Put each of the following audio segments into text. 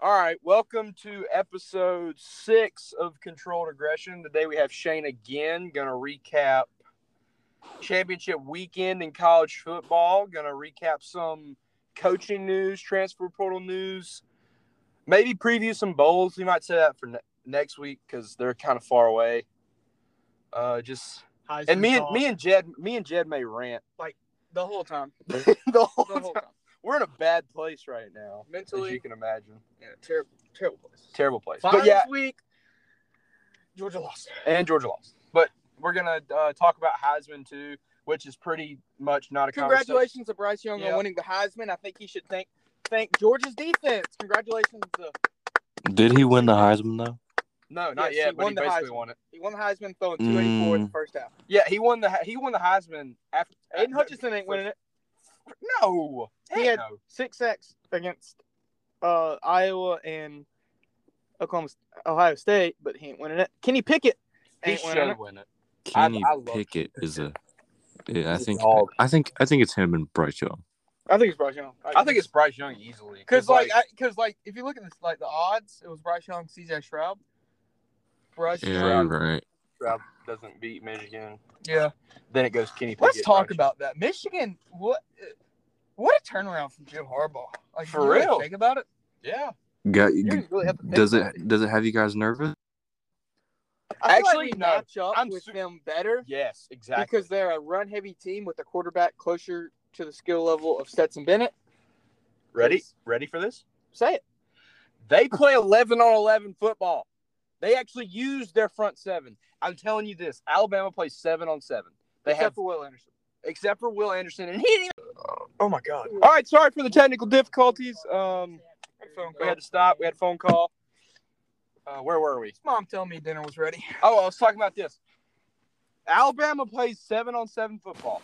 All right, welcome to episode six of Controlled Aggression. Today we have Shane again, going to recap championship weekend in college football, going to recap some coaching news, transfer portal news, maybe preview some bowls. We might say that for ne- next week because they're kind of far away. Uh, just Heisman and me and talk, me and Jed, me and Jed may rant the whole time, the whole the whole time. time, We're in a bad place right now, as mentally, you can imagine. yeah, terrible, terrible place. Terrible place, Finals but yeah, week, Georgia lost. and Georgia lost. But we're gonna uh, talk about Heisman too, which is pretty much not a conversation. Congratulations to Bryce Young Yeah. on winning the Heisman. I think he should thank thank Georgia's defense. Congratulations to Did he win the Heisman though? No, not Yes, he yet. But he won the basically Heisman. won it. he won the Heisman throwing 284 in the Mm. first half. Yeah, he won the he won the Heisman after Aiden Hutchinson ain't winning it. No, He Heck had- no. Six sacks against uh, Iowa and Oklahoma, Ohio State, but he ain't winning it. Kenny Pickett He ain't winning should it. win it. I- Kenny I love Pickett is a. Yeah, I He's a think dog. I think I think it's him and Bryce Young. I think it's Bryce Young. I think it's Bryce Young easily. Because like, because like, if you look at this, like the odds, it was Bryce Young, CJ Shroud, Bryce Yeah, Shroud. you're right. Stroud doesn't beat Michigan, Yeah. then it goes Kenny. Pickett, Let's talk Bryce Young. about that. Michigan, what, what a turnaround from Jim Harbaugh. Like, For you really real. Think about it. yeah. Got, You really have to think does about it does it have you guys nervous? I feel Actually, like we no. match up I'm with su- them better Yes, exactly. because they're a run-heavy team with a quarterback closer to the skill level of Stetson Bennett. ready, ready for this? Say it. They play 11 on 11 football. They actually use their front seven. I'm telling you this Alabama plays seven on seven. They Except have, for Will Anderson. except for Will Anderson, and he didn't even. Oh my God. All right, sorry for the technical difficulties. Um, we had to stop. We had a phone call. Uh, where were we? Mom, telling me dinner was ready. Oh, I was talking about this. Alabama plays seven on seven football.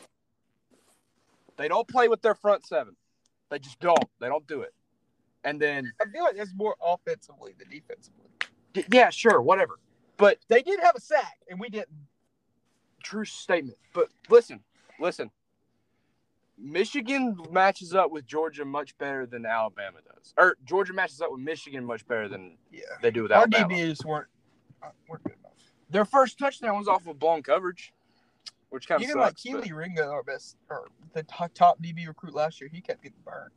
They don't play with their front seven. They just don't. They don't do it. And then I feel like that's more offensively than defensively. Y- Yeah, sure, whatever. But They did have a sack, and we didn't. true statement. But listen, listen. Michigan matches up with Georgia much better than Alabama does. Or Georgia matches up with Michigan much better than Yeah. they do with Our Alabama. DBs weren't uh, weren't good enough. Their first touchdown was off of blown coverage, which kind of Even like sucks. but- Keely Ringo, our best or the to- top DB recruit last year, he kept getting burned.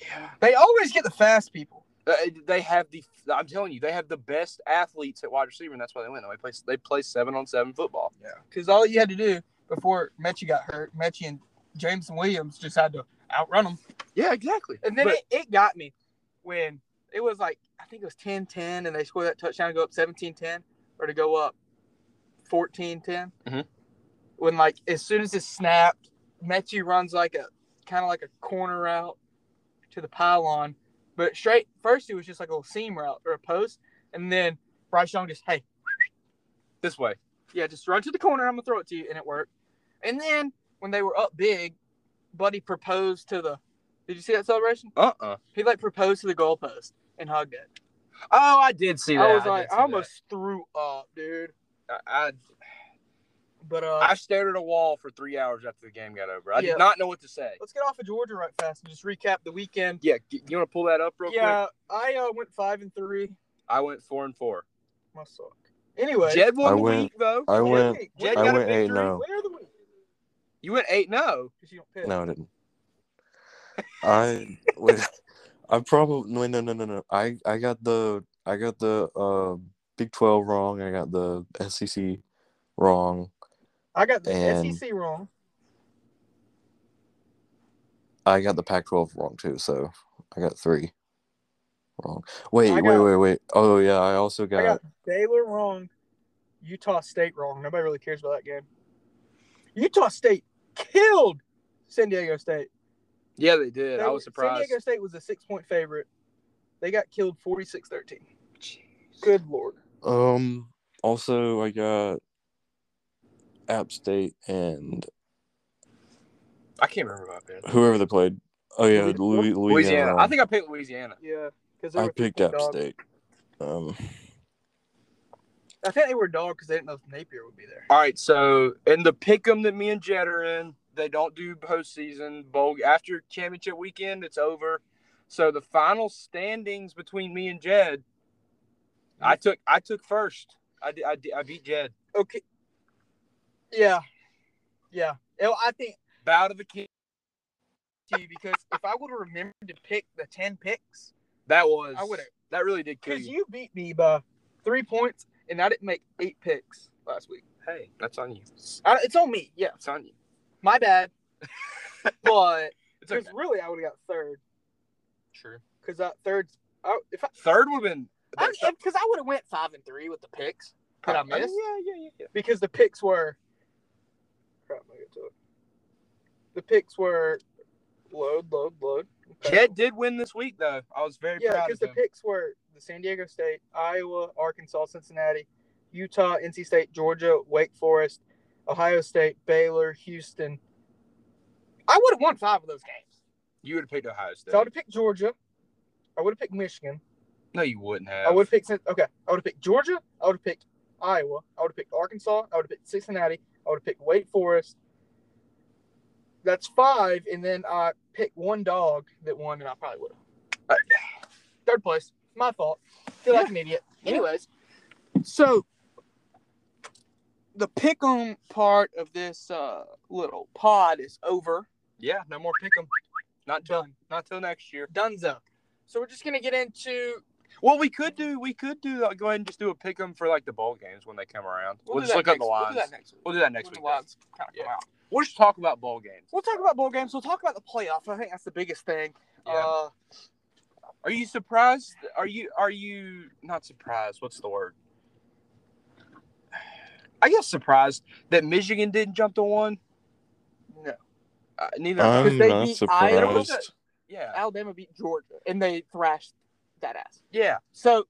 yeah. They always get the fast people. Uh, They have the I'm telling you, they have the best athletes at wide receiver, and that's why they win. They play they play seven on seven football. Yeah. Because all you had to do before Mechie got hurt, Mechie and Jameson Williams just had to outrun him. Yeah, exactly. And then it, it got me when it was like, I think it was 10 10, and they scored that touchdown to go up 17 10 or to go up 14 10. Mhm. When, like, as soon as it snapped, Mechie runs like a kind of like a corner route to the pylon. But straight first, it was just like a little seam route or a post. And then Bryce Young just, hey, this way. yeah, just run to the corner. I'm gonna throw it to you, and it worked. And then when they were up big, Buddy proposed to the. Did you see that celebration? Uh-uh. He like proposed to the goalpost and hugged it. Oh, I did see that. I was did like, see I, that. almost threw up, dude. I, I But uh, I stared at a wall for three hours after the game got over. I Yeah. did not know what to say. let's get off of Georgia right fast and just recap the weekend. Yeah, g- you want to pull that up real quick? yeah, I uh, went five and three. I went four and four. My suck. Anyway, Jed I won the went- week though. I Jed- went. Jed Jed got I a went eight. oh. victory. No, winner of the week. You went eight. oh. No, 'Cause you don't pick. no, I didn't. I wait, I probably no, no, no, no, no. I I got the I got the uh Big Twelve wrong. I got the SEC wrong. I got the And- SEC wrong. I got the Pac twelve wrong too. So I got three wrong. Wait, I wait, got- wait, wait. Oh yeah, I also I got. got Baylor wrong, Utah State wrong. Nobody really cares about that game. Utah State killed San Diego State. yeah, they did. They I were- was surprised. San Diego State was a six point favorite. They got killed 46 13. Good Lord. Um. Also, I got App State and I can't remember about that. whoever they played. Oh yeah, Louis- Louis, Louisiana. Louisiana. I wrong. think I picked Louisiana. Yeah. because I picked App State. Um. I think they were dog because they didn't know if Napier would be there. All right, so in the pick'em that me and Jed are in, they don't do postseason bowl after championship weekend. It's over. So the final standings between me and Jed, I took I took first. I di- I, di- I beat Jed. Okay. Yeah. Yeah. You know, I think Bow to the king. to you because if I would have remembered to pick the 10 picks, That was I would've- That really did kill because you. you beat me by three points and I didn't make eight picks last week. Hey, that's on you. I, it's on me. Yeah. That's on you. My bad. but It's because okay. really I would have got third True. because that third, I, if I, Third would have been. I, because I would have went five and three with the picks that I mean, missed yeah, yeah, yeah, yeah. because the picks were. Crap, I'm gonna get to it. The picks were load, load, load. Okay. Jed did win this week, though. I was very yeah, proud because of the him. picks were the San Diego State, Iowa, Arkansas, Cincinnati, Utah, NC State, Georgia, Wake Forest, Ohio State, Baylor, Houston. I would have won five of those games. you would have picked Ohio State. So I would have picked Georgia. I would have picked Michigan. no, you wouldn't have. I would have picked Cin- okay. I would have picked Georgia. I would have picked Iowa. I would have picked Arkansas. I would have picked Cincinnati. I would have picked Wake Forest. That's five, and then I picked one dog that won, and I probably would have. Third place, my fault. Feel like an idiot. Yeah. Anyways, so the pick 'em part of this uh, little pod is over. Yeah, no more pick 'em. Not till Done. not till next year. Dunzo. So we're just gonna get into Well, we could do we could do like, go ahead and just do a pick 'em for like the bowl games when they come around. We'll, do just that look up next- the lines. We'll do that next week. We'll do that next When the week. lines kinda come Yeah. out. We'll just talk about bowl games. We'll talk about bowl games. We'll talk about the playoffs. I think that's the biggest thing. Yeah. Uh, Are you surprised? Are you are you not surprised? What's the word? I guess surprised that Michigan didn't jump to one. no. Uh, neither. am I. Because I'm they not beat Iowa. surprised. yeah, Alabama beat Georgia, and they thrashed that ass. yeah. So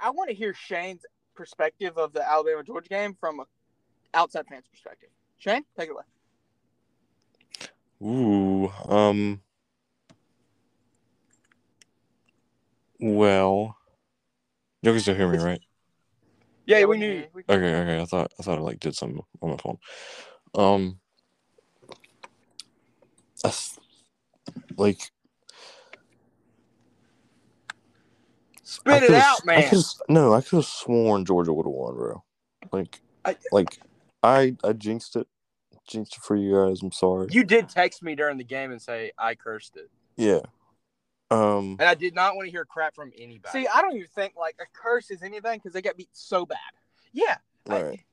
I want to hear Shane's perspective of the Alabama Georgia game from an outside fan's perspective. Shane, take it away. Ooh, um. Well, you can still hear me, right? Yeah, we knew. We, Okay, okay. I thought I thought I like did something on my phone. Um, I th- like I Spit it could've- out, I man. could've- no, I could have sworn Georgia would have won, bro. Like, I- like I I jinxed it, jinxed it for you guys. I'm sorry. You did text me during the game and say I cursed it, yeah. Um. and I did not want to hear crap from anybody. see, I don't even think like a curse is anything because they got beat so bad. yeah, I- Right.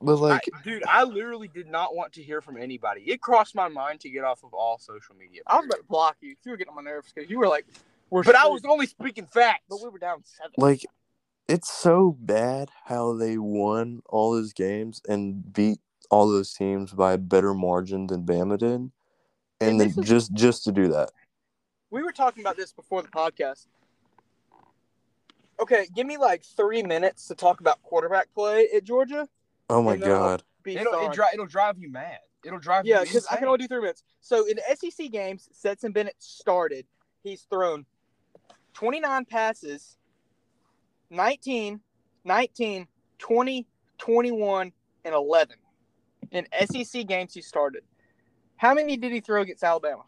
But I- like, dude, I literally did not want to hear from anybody. It crossed my mind to get off of all social media, I was about to block you. You were getting on my nerves because you were like, "We're," but I screwed. was only speaking facts. but we were down seven. like, it's so bad how they won all those games and beat all those teams by a better margin than Bama did, and, And then this is- just just to do that. we were talking about this before the podcast. Okay, give me like three minutes to talk about quarterback play at Georgia. Oh my And uh, then I'll god. Be It'll, it sorry. dri- it'll drive you mad. It'll drive yeah, you because I can insane. only do three minutes. So in the SEC games, Stetson Bennett started. He's thrown 29 passes, 19, 19, 20, 21, and 11. In SEC games, he started. How many did he throw against Alabama?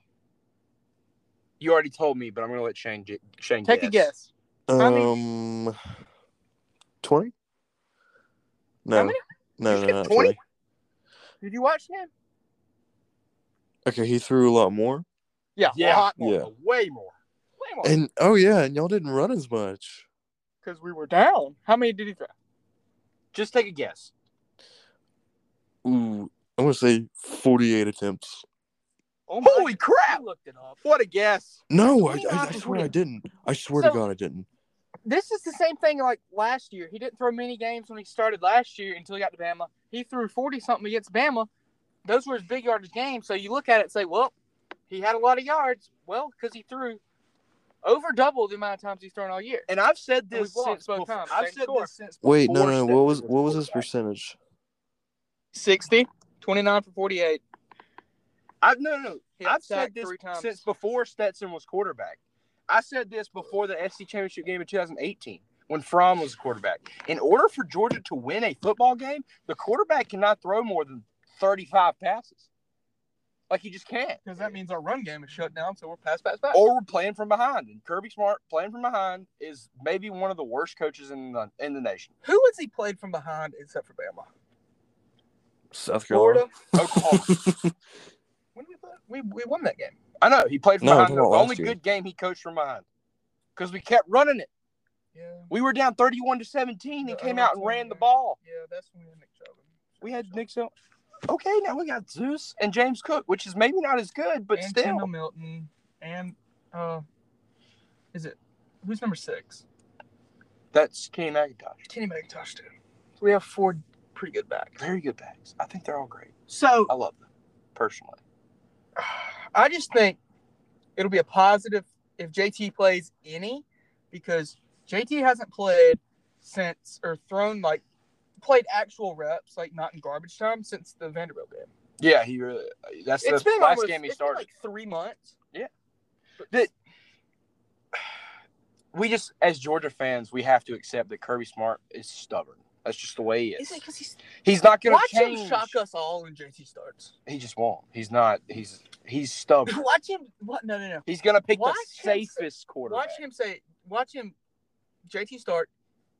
You already told me, but I'm gonna let Shane j- Shane Take a guess. how many- Um. Twenty. No. How many? No, You no, said not 20? 20. Did you watch him? Okay, he threw a lot more. Yeah, Yeah. a lot more. Yeah. Way more. Way more. And oh yeah, and y'all didn't run as much. because we were down. How many did he throw? Just take a guess. Ooh, I'm gonna say 48 attempts. Oh Holy God. crap! I looked it up. What a guess. No, I, I, 29 I swear I attempts. didn't. I swear So- to God, I didn't. This is the same thing like last year. He didn't throw many games when he started last year until he got to Bama. He threw forty something against Bama. Those were his big yardage games. So you look at it and say, well, he had a lot of yards. Well, because he threw over double the amount of times he's thrown all year. And I've said And this we've lost since both before. times. I've Same said score. this since Wait, before no, no, no. Stetson What was what was his quarterback. percentage? 60, 29 for 48. I've no, no, He no. I've said sacked this three times. since before Stetson was quarterback. I said this before the FC Championship game in 2018 when Fromm was quarterback. In order for Georgia to win a football game, the quarterback cannot throw more than 35 passes. Like he just can't. because that means our run game is shut down. So we're pass, pass, pass. Or we're playing from behind. And Kirby Smart playing from behind is maybe one of the worst coaches in the in the nation. Who has he played from behind except for Bama? South Carolina. Florida, Oklahoma. When did we play? We, we won that game. I know he played from No, I'm behind. talking The about last only year. good game he coached from behind because we kept running it. Yeah. We were down thirty-one to seventeen. He Yeah, I came know out it's and one ran the game. ball. Yeah, that's when we had Nick Chubb. We had Nick Sil- Okay, now we got Zeus and James Cook, which is maybe not as good, but and still. Kendall Milton and uh, is it who's number six? That's Kenny McIntosh. Kenny McIntosh, dude. We have four pretty good backs. Very good backs. I think they're all great. So I love them personally. I just think it'll be a positive if JT plays any, because JT hasn't played since or thrown like played actual reps like not in garbage time since the Vanderbilt game. Yeah, he really. That's It's the been last almost- game he it's been, started. like three months. Yeah. Did- we just, as Georgia fans, we have to accept that Kirby Smart is stubborn. That's just the way he is. Is it because he's He's not going watch to change. him shock us all when JT starts? He just won't. He's not. He's he's stubborn. Watch him. What? No, no, no. He's going to pick Watch the him s- safest quarterback. Watch him say. Watch him. JT start.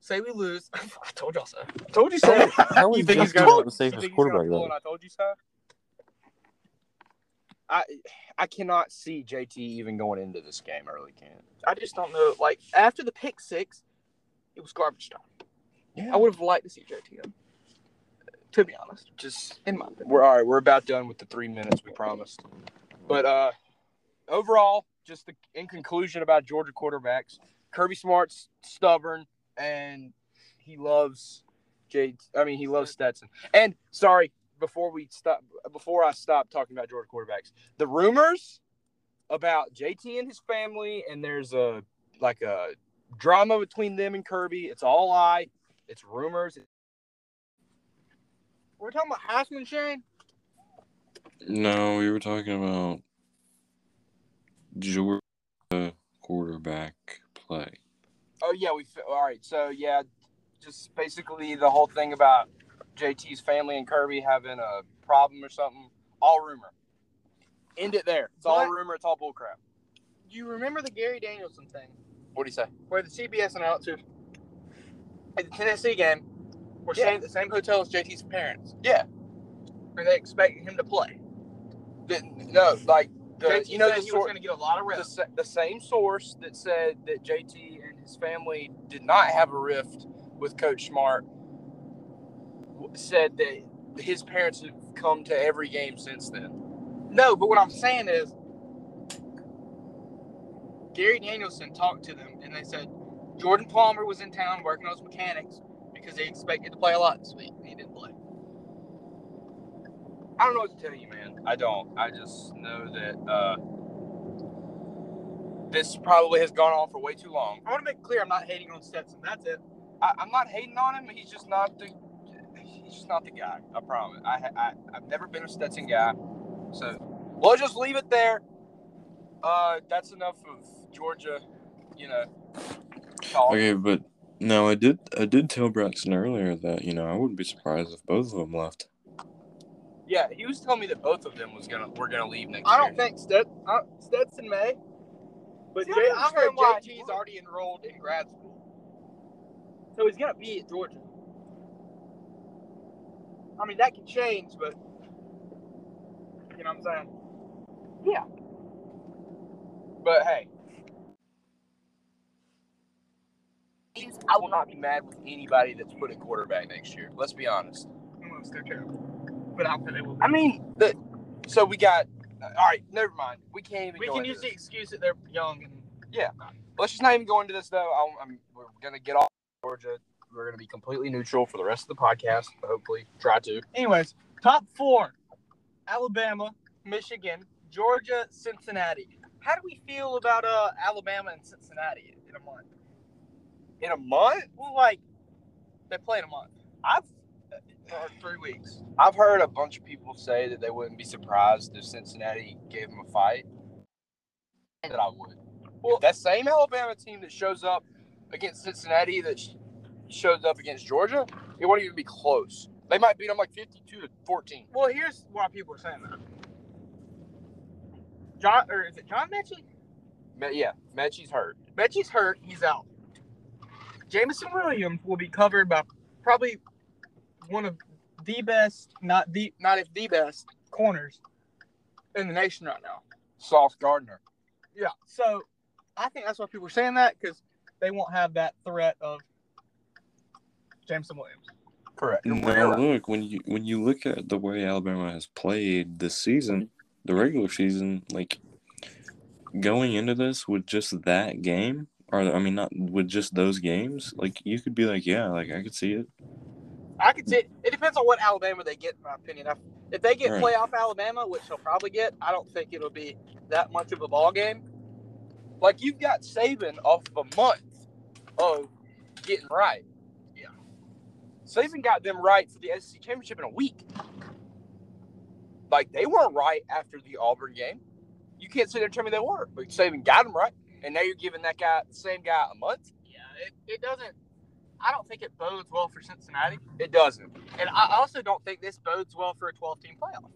Say we lose. I told y'all so. I told you so. How You is think he's Jeff gonna- Gordon the You safest think he's gonna quarterback pull though? an I told you so. I I cannot see JT even going into this game. I really can't. I just don't know. Like after the pick six, it was garbage time. Yeah. I would have liked to see JT. Though, to be honest, just in my opinion. we're all right. We're about done with the three minutes we promised. But uh, overall, just the, in conclusion about Georgia quarterbacks, Kirby Smart's stubborn and he loves Jade. I mean, he loves Stetson. And sorry, before we stop, before I stop talking about Georgia quarterbacks, the rumors about JT and his family, and there's a like a drama between them and Kirby. It's all lie. It's rumors. We're talking about Heisman, Shane. No, we were talking about Georgia quarterback play. Oh yeah, we fi- all right. So yeah, just basically the whole thing about JT's family and Kirby having a problem or something. All rumor. End it there. It's all What? rumor. It's all bullcrap. You remember the Gary Danielson thing? What do you say? where the CBS announcers at the Tennessee game were Yeah. staying at the same hotel as JT's parents. Yeah. Were they expecting him to play? Didn't- no, like the, JT you know said the, he was sor- going to get a lot of the, reps. sa- the same source that said that JT and his family did not have a rift with Coach Smart w- said that his parents have come to every game since then. No, but what I'm saying is Gary Danielson talked to them and they said Jordan Palmer was in town working on his mechanics because he expected to play a lot this week and he didn't play. I don't know what to tell you, man. I don't. I just know that uh, this probably has gone on for way too long. I want to make it clear I'm not hating on Stetson. That's it. I, I'm not hating on him. He's just not the. He's just not the guy. I promise. I, ha- I I've never been a Stetson guy, so we'll just leave it there. Uh, that's enough of Georgia. You know. Talk. Okay, but no, I did I did tell Braxton earlier that, you know, I wouldn't be surprised if both of them left. Yeah, he was telling me that both of them was gonna were gonna leave next I year. don't think Stet, uh, Stetson may, but See, J- I don't I heard understand why he JT's would. already enrolled in grad school, so he's gonna be at Georgia. I mean, that could change, but you know what I'm saying. But hey, I will not be mad with anybody that's put a quarterback next year. Let's be honest. I'm gonna stick to him. but I don't think they will. Be. I mean, the, so we got. All right, never mind. We can't even. we go can into use this. the excuse that they're young and let's just not even go into this though. i I'm, we're gonna get off Georgia. We're gonna be completely neutral for the rest of the podcast. Hopefully, try to. Anyways, top four: Alabama, Michigan, Georgia, Cincinnati. How do we feel about uh, Alabama and Cincinnati in a month? In a month, Well, like they play in a month I've or three weeks. I've heard a bunch of people say that they wouldn't be surprised if Cincinnati gave them a fight. That I would. Well, that same Alabama team that shows up against Cincinnati that sh- shows up against Georgia, it won't even be close. They might beat them like fifty-two to fourteen. Well, here's why people are saying that. John or is it John Mechie? Me- yeah, Mechie's hurt. Mechie's hurt. He's out. Jamison Williams will be covered by probably one of the best, not the not if the best corners in the nation right now. Soft Gardner. Yeah. So I think that's why people are saying that because they won't have that threat of Jamison Williams. Correct. Now look when you when you look at the way Alabama has played this season, the regular season, like going into this with just that game, or I mean not with just those games, like you could be like, yeah, like I could see it. I could see it depends on what Alabama they get, in my opinion. If- If they get Right. playoff Alabama, which they'll probably get, I don't think it'll be that much of a ball game. Like you've got Saban off of a month of getting right. Yeah. Saban got them right for the SEC championship in a week. Like they weren't right after the Auburn game. You can't sit there and tell me they were, but Saban got them right, and now you're giving that guy the same guy a month. Yeah, it, it doesn't. I don't think it bodes well for Cincinnati, It doesn't. and I also don't think this bodes well for a 12-team playoff.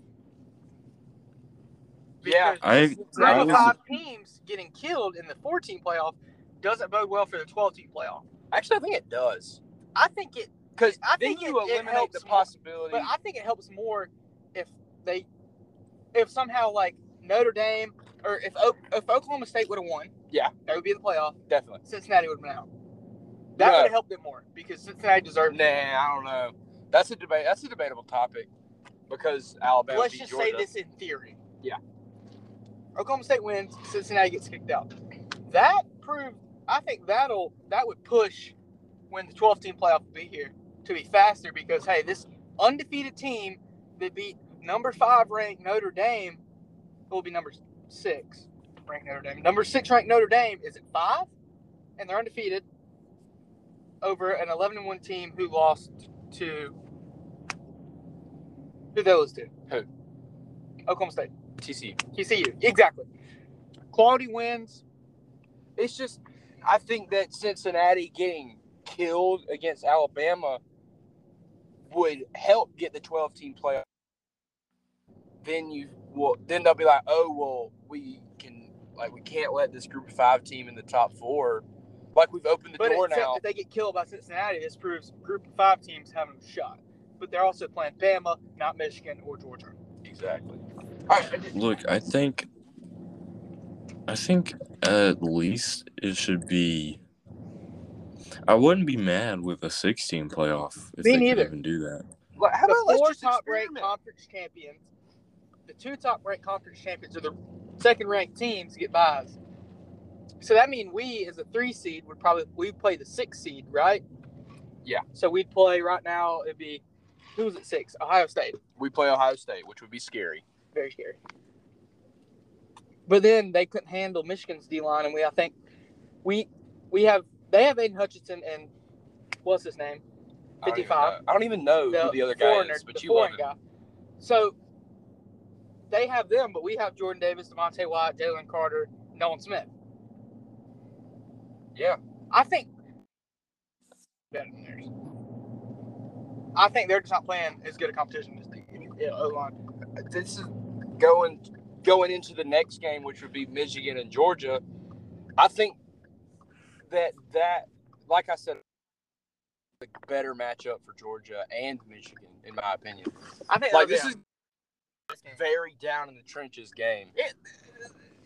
Yeah. Because I Nine I of was, five teams getting killed in the 14 playoff doesn't bode well for the 12-team playoff. Actually, I think it does I think it, because I then think you it- it eliminate helps the more. possibility. but I think it helps more if they, if somehow like Notre Dame or if O- if Oklahoma State would have won, Yeah. that would be in the playoff. definitely. Cincinnati would have been out. That Yeah. would have helped it more because Cincinnati deserved. Nah, I don't know. That's a debate. That's a debatable topic because Alabama. Let's beat just Georgia. say this in theory. Yeah. Oklahoma State wins, Cincinnati gets kicked out. That proved I think that'll that would push when the 12 team playoff will be here to be faster because hey, this undefeated team that beat number 5 ranked Notre Dame will be number 6 ranked Notre Dame. Number 6 ranked Notre Dame is at 5 and they're undefeated over an 11 and 1 team who lost to who they lose to? Who? Oklahoma State. TCU. TCU. Exactly. Quality wins. It's just, I think that Cincinnati getting killed against Alabama would help get the 12 team playoff. Then you will, then they'll be like, oh, well, we can, like, we can't let this group of five team in the top four. Like, we've opened the But uh, door except now. if they get killed by Cincinnati, this proves group of five teams having a shot. But they're also playing Bama, not Michigan or Georgia. Exactly. look, I think, I think at least it should be. I wouldn't be mad with a sixteen playoff if Me they neither. could even do that. Like, how the about let's four just top ranked experiment? conference champions, the two top ranked conference champions are the second ranked teams get buys. So that means we as a three seed would probably we play the six seed, right? Yeah. So we'd play right now it'd be who's at six? Ohio State. We play Ohio State, which would be scary. Very scary. But then they couldn't handle Michigan's D line and we I think we we have they have Aiden Hutchinson and what's his name? I don't even 55. know- I don't even know who the other guy foreigner- is, but the you love foreign him. guy. So they have them, but we have Jordan Davis, Devontae Wyatt, Jalen Carter, Nolan Smith. Yeah. I think better than theirs. I think they're just not playing as good a competition as the yeah, O line. this is going going into the next game, which would be Michigan and Georgia. I think that that, like I said, a better matchup for Georgia and Michigan, in my opinion. I think Like that'll be this a- is very down in the trenches game. it,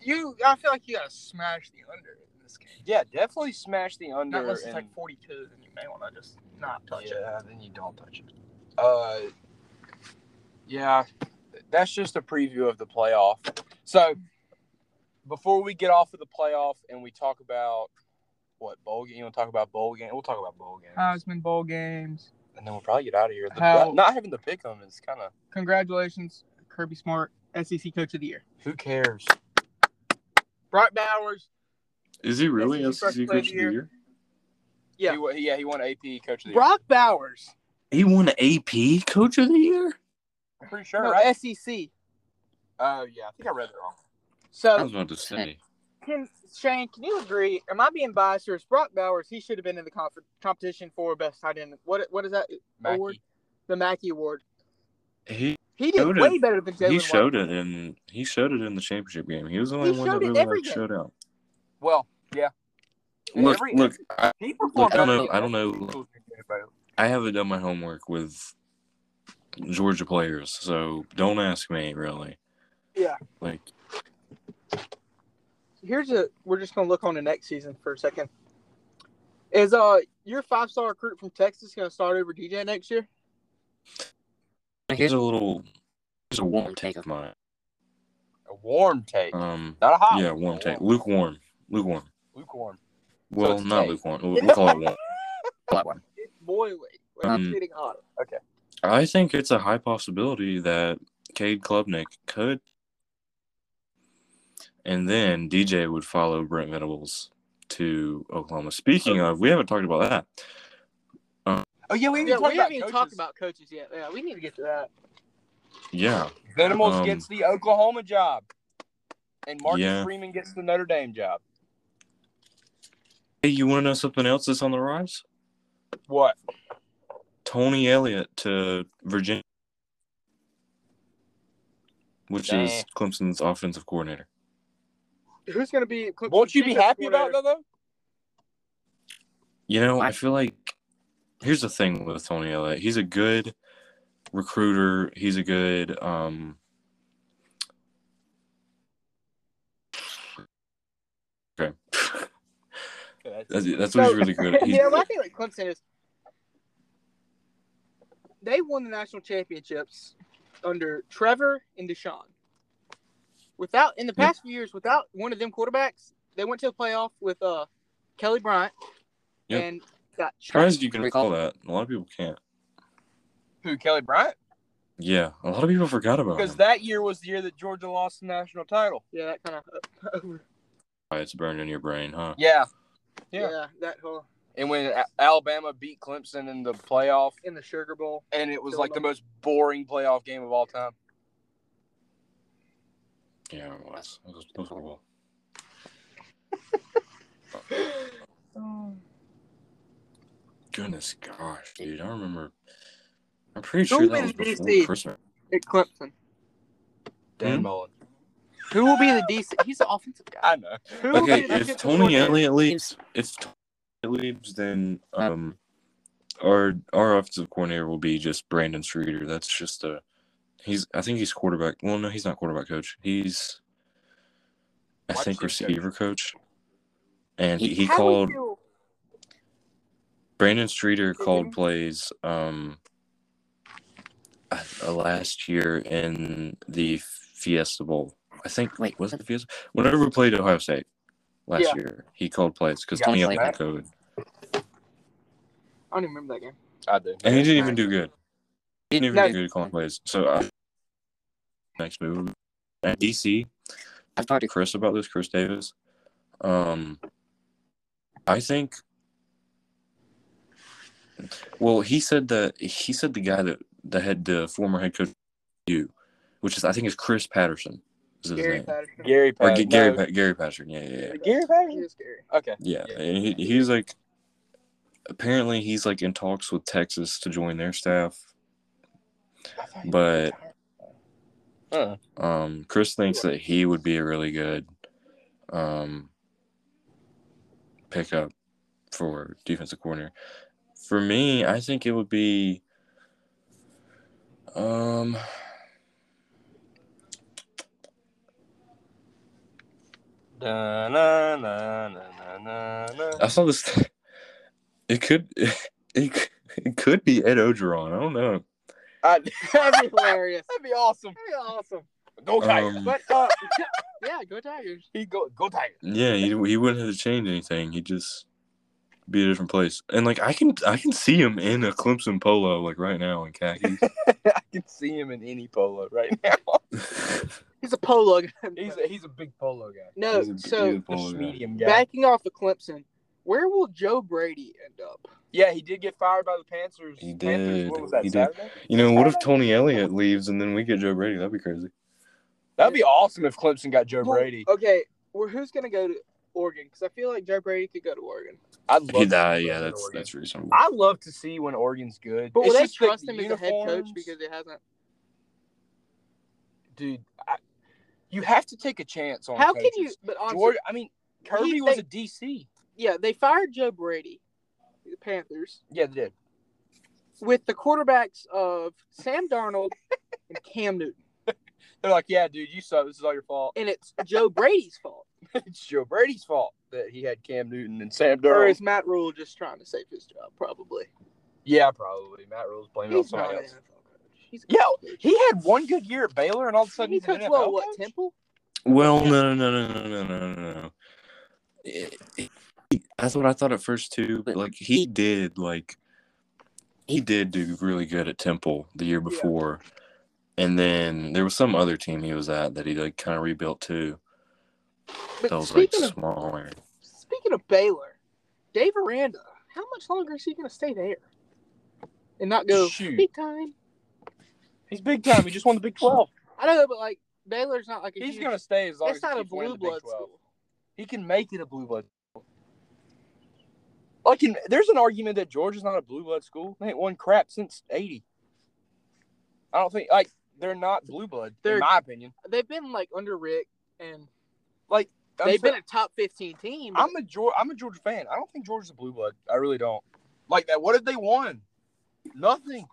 you. I feel like you gotta smash the under in this game. Yeah, definitely smash the under. Not unless it's and- like 42, then you may want to just not touch it. yeah, then you don't touch it. Uh, yeah, that's just a preview of the playoff. So, before we get off of the playoff and we talk about what bowl game, you want to talk about bowl game? We'll talk about bowl games, Heisman Bowl games. and then we'll probably get out of here. The, Uh, How- not having to pick them is kind of Congratulations, Kirby Smart, SEC Coach of the Year. who cares. Brock Bowers. Is he really SEC SEC first coach player of of the the year? year? Yeah. he, wa- yeah, he won AP Coach of the Year. Brock Bowers. He won AP coach of the year. I'm pretty sure, no, eh. E right? SEC. Oh yeah, I think I read that wrong. I So, was about to say. can, Shane, can you agree? Am I being biased or is Brock Bowers? He should have been in the conf- competition for best tight end. What What is that? Mackey. Award? The Mackey Award. He He did Showed it. way better than Jalen. he White. showed it in he showed it in the championship game. He was the only He one showed that it really every like, game. showed out. Well, yeah. And Look, every- look, I, He look, performed. I don't better know. than I don't know. Eagles than anybody. I haven't done my homework with Georgia players, so don't ask me. Really, Yeah. like Here's a. We're just gonna look on the next season for a second. Is uh your five star recruit from Texas gonna start over DJ next year? here's a little, here's a warm take of mine. A warm take, Um, not a hot. yeah, one, warm a take, lukewarm, lukewarm. Lukewarm. Well, it's a not take. lukewarm. We'll we'll call it warm. It's boiling. Like it's Um, getting hot. I think it's a high possibility that Cade Klubnik could, and then DJ would follow Brent Venables to Oklahoma. Speaking of, we haven't talked about that. Oh yeah, we even Yeah, we talked haven't even about talked coaches. about coaches yet. Yeah, we need to get to that. Yeah, Venables um, gets the Oklahoma job, and Marcus Yeah. Freeman gets the Notre Dame job. Hey, you want to know something else that's on the rise? What? Tony Elliott to Virginia, which Dang. is Clemson's offensive coordinator. Who's gonna be? Clemson's Won't you be defensive happy about that coordinator? though? You know, I feel like here's the thing with Tony Elliott. He's a good recruiter. He's a good um Okay. That's, that's what he's really good at. He's- yeah, well, I think like Clemson is. They won the national championships under Trevor and Deshaun. Without in the Yeah. past few years, without one of them quarterbacks, they went to the playoff with uh Kelly Bryant Yeah. and got surprised you can recall that. A lot of people can't. Who? Kelly Um, Bryant? Yeah, a lot of people forgot about Because him. that year was the year that Georgia lost the national title. yeah that kind of over Why It's burned in your brain, huh? Yeah, yeah. Yeah. that whole and when A- Alabama beat Clemson in the playoff, in the Sugar Bowl. and it was like the most boring playoff game of all time. Yeah, it was. It was, it was horrible. Oh. Goodness gosh, dude. I remember. I'm pretty Who sure that is was before DC? Christmas. At Clemson, Dan Hmm? Mullen. who will be the decent? He's the offensive guy. I know. Who will Okay, be the if defensive Tony coordinator? Elliott leaves, if Tony Elliott leaves, then um, our our offensive coordinator will be just Brandon Streeter. That's just a. He's. I think he's quarterback. Well, no, he's not quarterback coach. He's. I Wide think receiver coach. receiver coach. And he, he How do you called feel- Brandon Streeter Mhm. called plays um uh, uh, last year in the Fiesta Bowl. I think Wait, was it so- the Fiesta? Whenever we played Ohio State last Yeah. year, he called plays because Yeah, Tony like had COVID, I don't even remember that game. I do. and he didn't even do good. He didn't even No. do good calling plays. So uh, next move at DC. I've talked to to Chris about this, Chris Davis. Um, I think. Well, he said that he said the guy that that had the former head coach, you, which is I think is Chris Patterson, is his Gary name, Patterson. Gary or Patterson. G- Gary No. Pat- Gary Patterson. Yeah, yeah, yeah. Gary He Patterson. is Gary. Okay. Yeah, Yeah. and he, he's like, apparently he's like in talks with Texas to join their staff, but Huh. um, Chris thinks that he would be a really good um pickup for defensive coordinator. For me, I think it would be um Da, na, na, na, na, na. I saw this. it could it, could- it could be Ed Ogeron. I don't know. I- that'd That'd be hilarious. be awesome. That'd be awesome. Go Tigers. Um, But uh, yeah, go Tigers. he go go Tigers. Yeah, he, he wouldn't have to change anything. He'd just be a different place. And like I can I can see him in a Clemson polo like right now in khakis. I can see him in any polo right now. He's a polo. guy. He's a, he's a big polo guy. no, He's a- he's so a polo Just guy. medium guy. backing off of Clemson, where will Joe Brady end up? yeah, he did get fired by the Panthers. He Panthers, what did. was that, He did. Saturday? You know, what if Tony Elliott leaves and then we get Joe Brady? That'd be crazy. That'd be awesome if Clemson got Joe Well, Brady. Okay, well, who's gonna go to Oregon? Because I feel like Joe Brady could go to Oregon. I'd love He to died. see Yeah, Clemson that's Oregon. that's reasonable. I love to see when Oregon's good. But will It's they just the- trust the him as a head coach uniforms- because he hasn't? dude, I, you have to take a chance on. How coaches. can you? But honestly, George, I mean, Kirby He was a think- DC. yeah, they fired Joe Brady, the Panthers, Yeah, they did. with the quarterbacks of Sam Darnold and Cam Newton, They're like, yeah, dude, you suck. This is all your fault. and it's Joe Brady's fault. it's Joe Brady's fault that he had Cam Newton and Sam Or Darnold. is Matt Rule just trying to save his job? Probably. Yeah, probably. Matt Rule's blaming it on He's not somebody an else. NFL coach. He's a Yeah, college coach. He had one good year at Baylor, and all of a sudden he he's an coached well. NFL What coach? Temple? Well, no, no, no, no, no, no, no, no. It- it- That's what I thought at first too. But like he did, like he did do really good at Temple the year before, and then there was some other team he was at that he like kind of rebuilt too. But That was like speaking of smaller. speaking of Baylor, Dave Aranda, how much longer is he going to stay there and not go Shoot. big time? He's big time. He just won the Big Twelve. I know, but like Baylor's not like a He's huge, gonna stay as long It's as he not a keeps winning blue the Big blood 12. school. He can make it a blue blood. school. Like, in, there's an argument that Georgia's not a blue blood school. They ain't won crap since '80. I don't think like they're not blue blood They're- in my opinion. They've been like under Rick, and I'm they've fr- been a top fifteen team. but I'm a Geor- I'm a Georgia fan. I don't think Georgia's a blue blood. I really don't. Like that. What have they won? Nothing.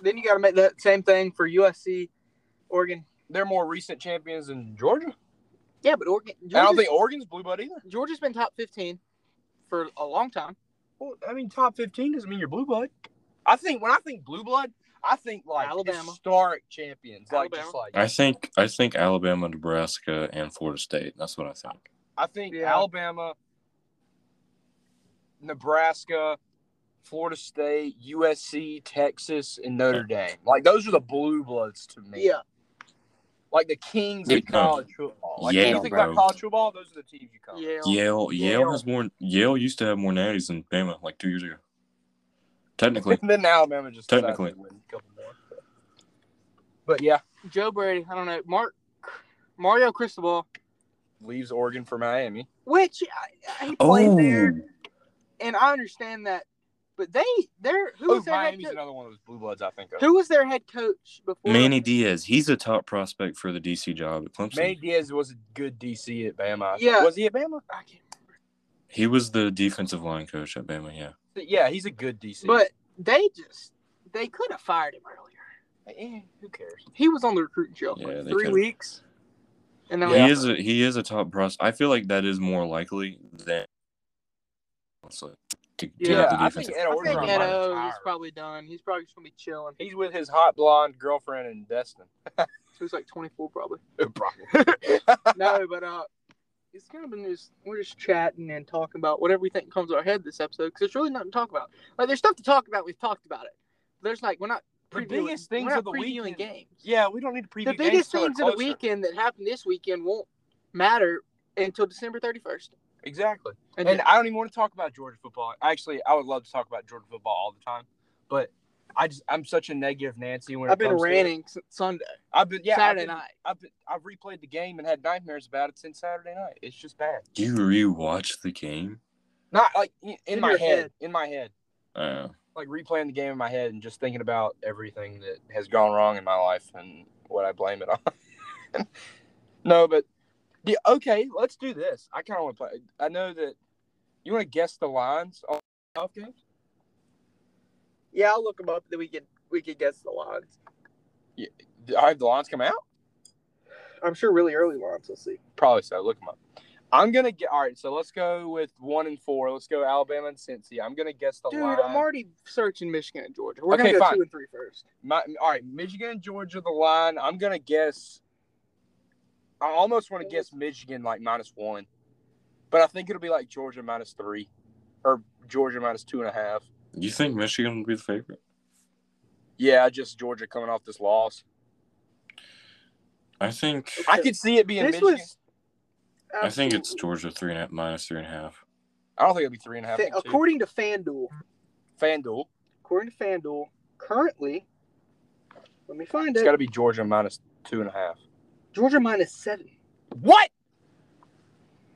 Then you got to make that same thing for USC, Oregon. They're more recent champions than Georgia. yeah, but Oregon. I don't Georgia's- think Oregon's blue blood either. Georgia's been top fifteen for a long time. Well, I mean, top fifteen doesn't mean you're blue blood. I think when I think blue blood, I think like Alabama. historic champions, like just Alabama. like I think I think Alabama, Nebraska, and Florida State. That's what I think. I think Yeah. Alabama, Nebraska, Florida State, USC, Texas, and Notre Dame. Like those are the blue bloods to me. Yeah, Like the kings Big of college football. Like when Yeah, you think bro. about college football, those are the teams you come. yeah. Yale, Yale, Yale. has more. Yale used to have more natties than Bama like two years ago. Technically, and then Alabama just decided Technically. to win a couple more. But yeah, Joe Brady. I don't know. Mark Mario Cristobal, leaves Oregon for Miami. which I, I- he played oh, there, and I understand that. But they, they're who Oh, was their head Miami's coach? another one of those blue bloods I think of. Who was their head coach before? Oh, Manny Diaz. He's a top prospect for the DC job at Clemson. Manny Diaz was a good DC at Bama. Yeah. Was he at Bama? I can't- He was the defensive line coach at Bama. Yeah, Yeah, he's a good DC. But they just they could have fired him earlier. Eh, who cares? He was on the recruiting trail for Yeah, they three could've. weeks, and then he is. A, he is a top prospect. I feel like that is more likely than. honestly, to- to Yeah, have the I think defensive- Ed I Orgeron think might Edo retire. is probably done. He's probably just gonna be chilling. He's with his hot blonde girlfriend and Destin. He was like 24 probably. Probably. no, but uh, it's kind of been just we're just chatting and talking about whatever we think comes to our head this episode because there's really nothing to talk about. Like there's stuff to talk about. We've talked about it. There's like we're not The previewing- biggest things we're not of the previewing weekend. games. yeah, we don't need to preview the games biggest till they're things of the closer. weekend that happened this weekend won't matter until December 31st. Exactly. And, And I don't even want to talk about Georgia football. Actually, I would love to talk about Georgia football all the time, but I just I'm such a negative Nancy when it I've been comes to it. ranting since Sunday, I've been yeah Saturday I've been, night. I've, been, I've replayed the game and had nightmares about it since Saturday night. It's just bad. Do you rewatch the game? Not like in, In my your head, head. in my head, Uh, like replaying the game in my head and just thinking about everything that has gone wrong in my life and what I blame it on. no, but yeah, okay, let's do this. I kind of want to play. I know that you want to guess the lines. on Playoff games? Yeah, I'll look them up. Then we could we could guess the lines. I have the lines come out? I'm sure really early lines. We'll see. Probably so. Look them up. I'm gonna get all right. So let's go with one and four. Let's go Alabama and Cincy. I'm gonna guess the Dude, line. I'm already searching Michigan and Georgia. We're Okay, gonna go fine. two and three first. My, all right, Michigan and Georgia the line. I'm gonna guess. I almost want to guess Michigan like minus one, but I think it'll be like Georgia minus three, or Georgia minus two and a half. you think Michigan would be the favorite? Yeah, just Georgia coming off this loss. I think. I could see it being This Michigan. was- I think it's Georgia three and a, minus three and a half. I don't think it'll be three and a half. I Fa- think two. according to FanDuel. FanDuel, According to FanDuel, currently, let me find it's it. got to be Georgia minus two and a half. Georgia minus seven. What?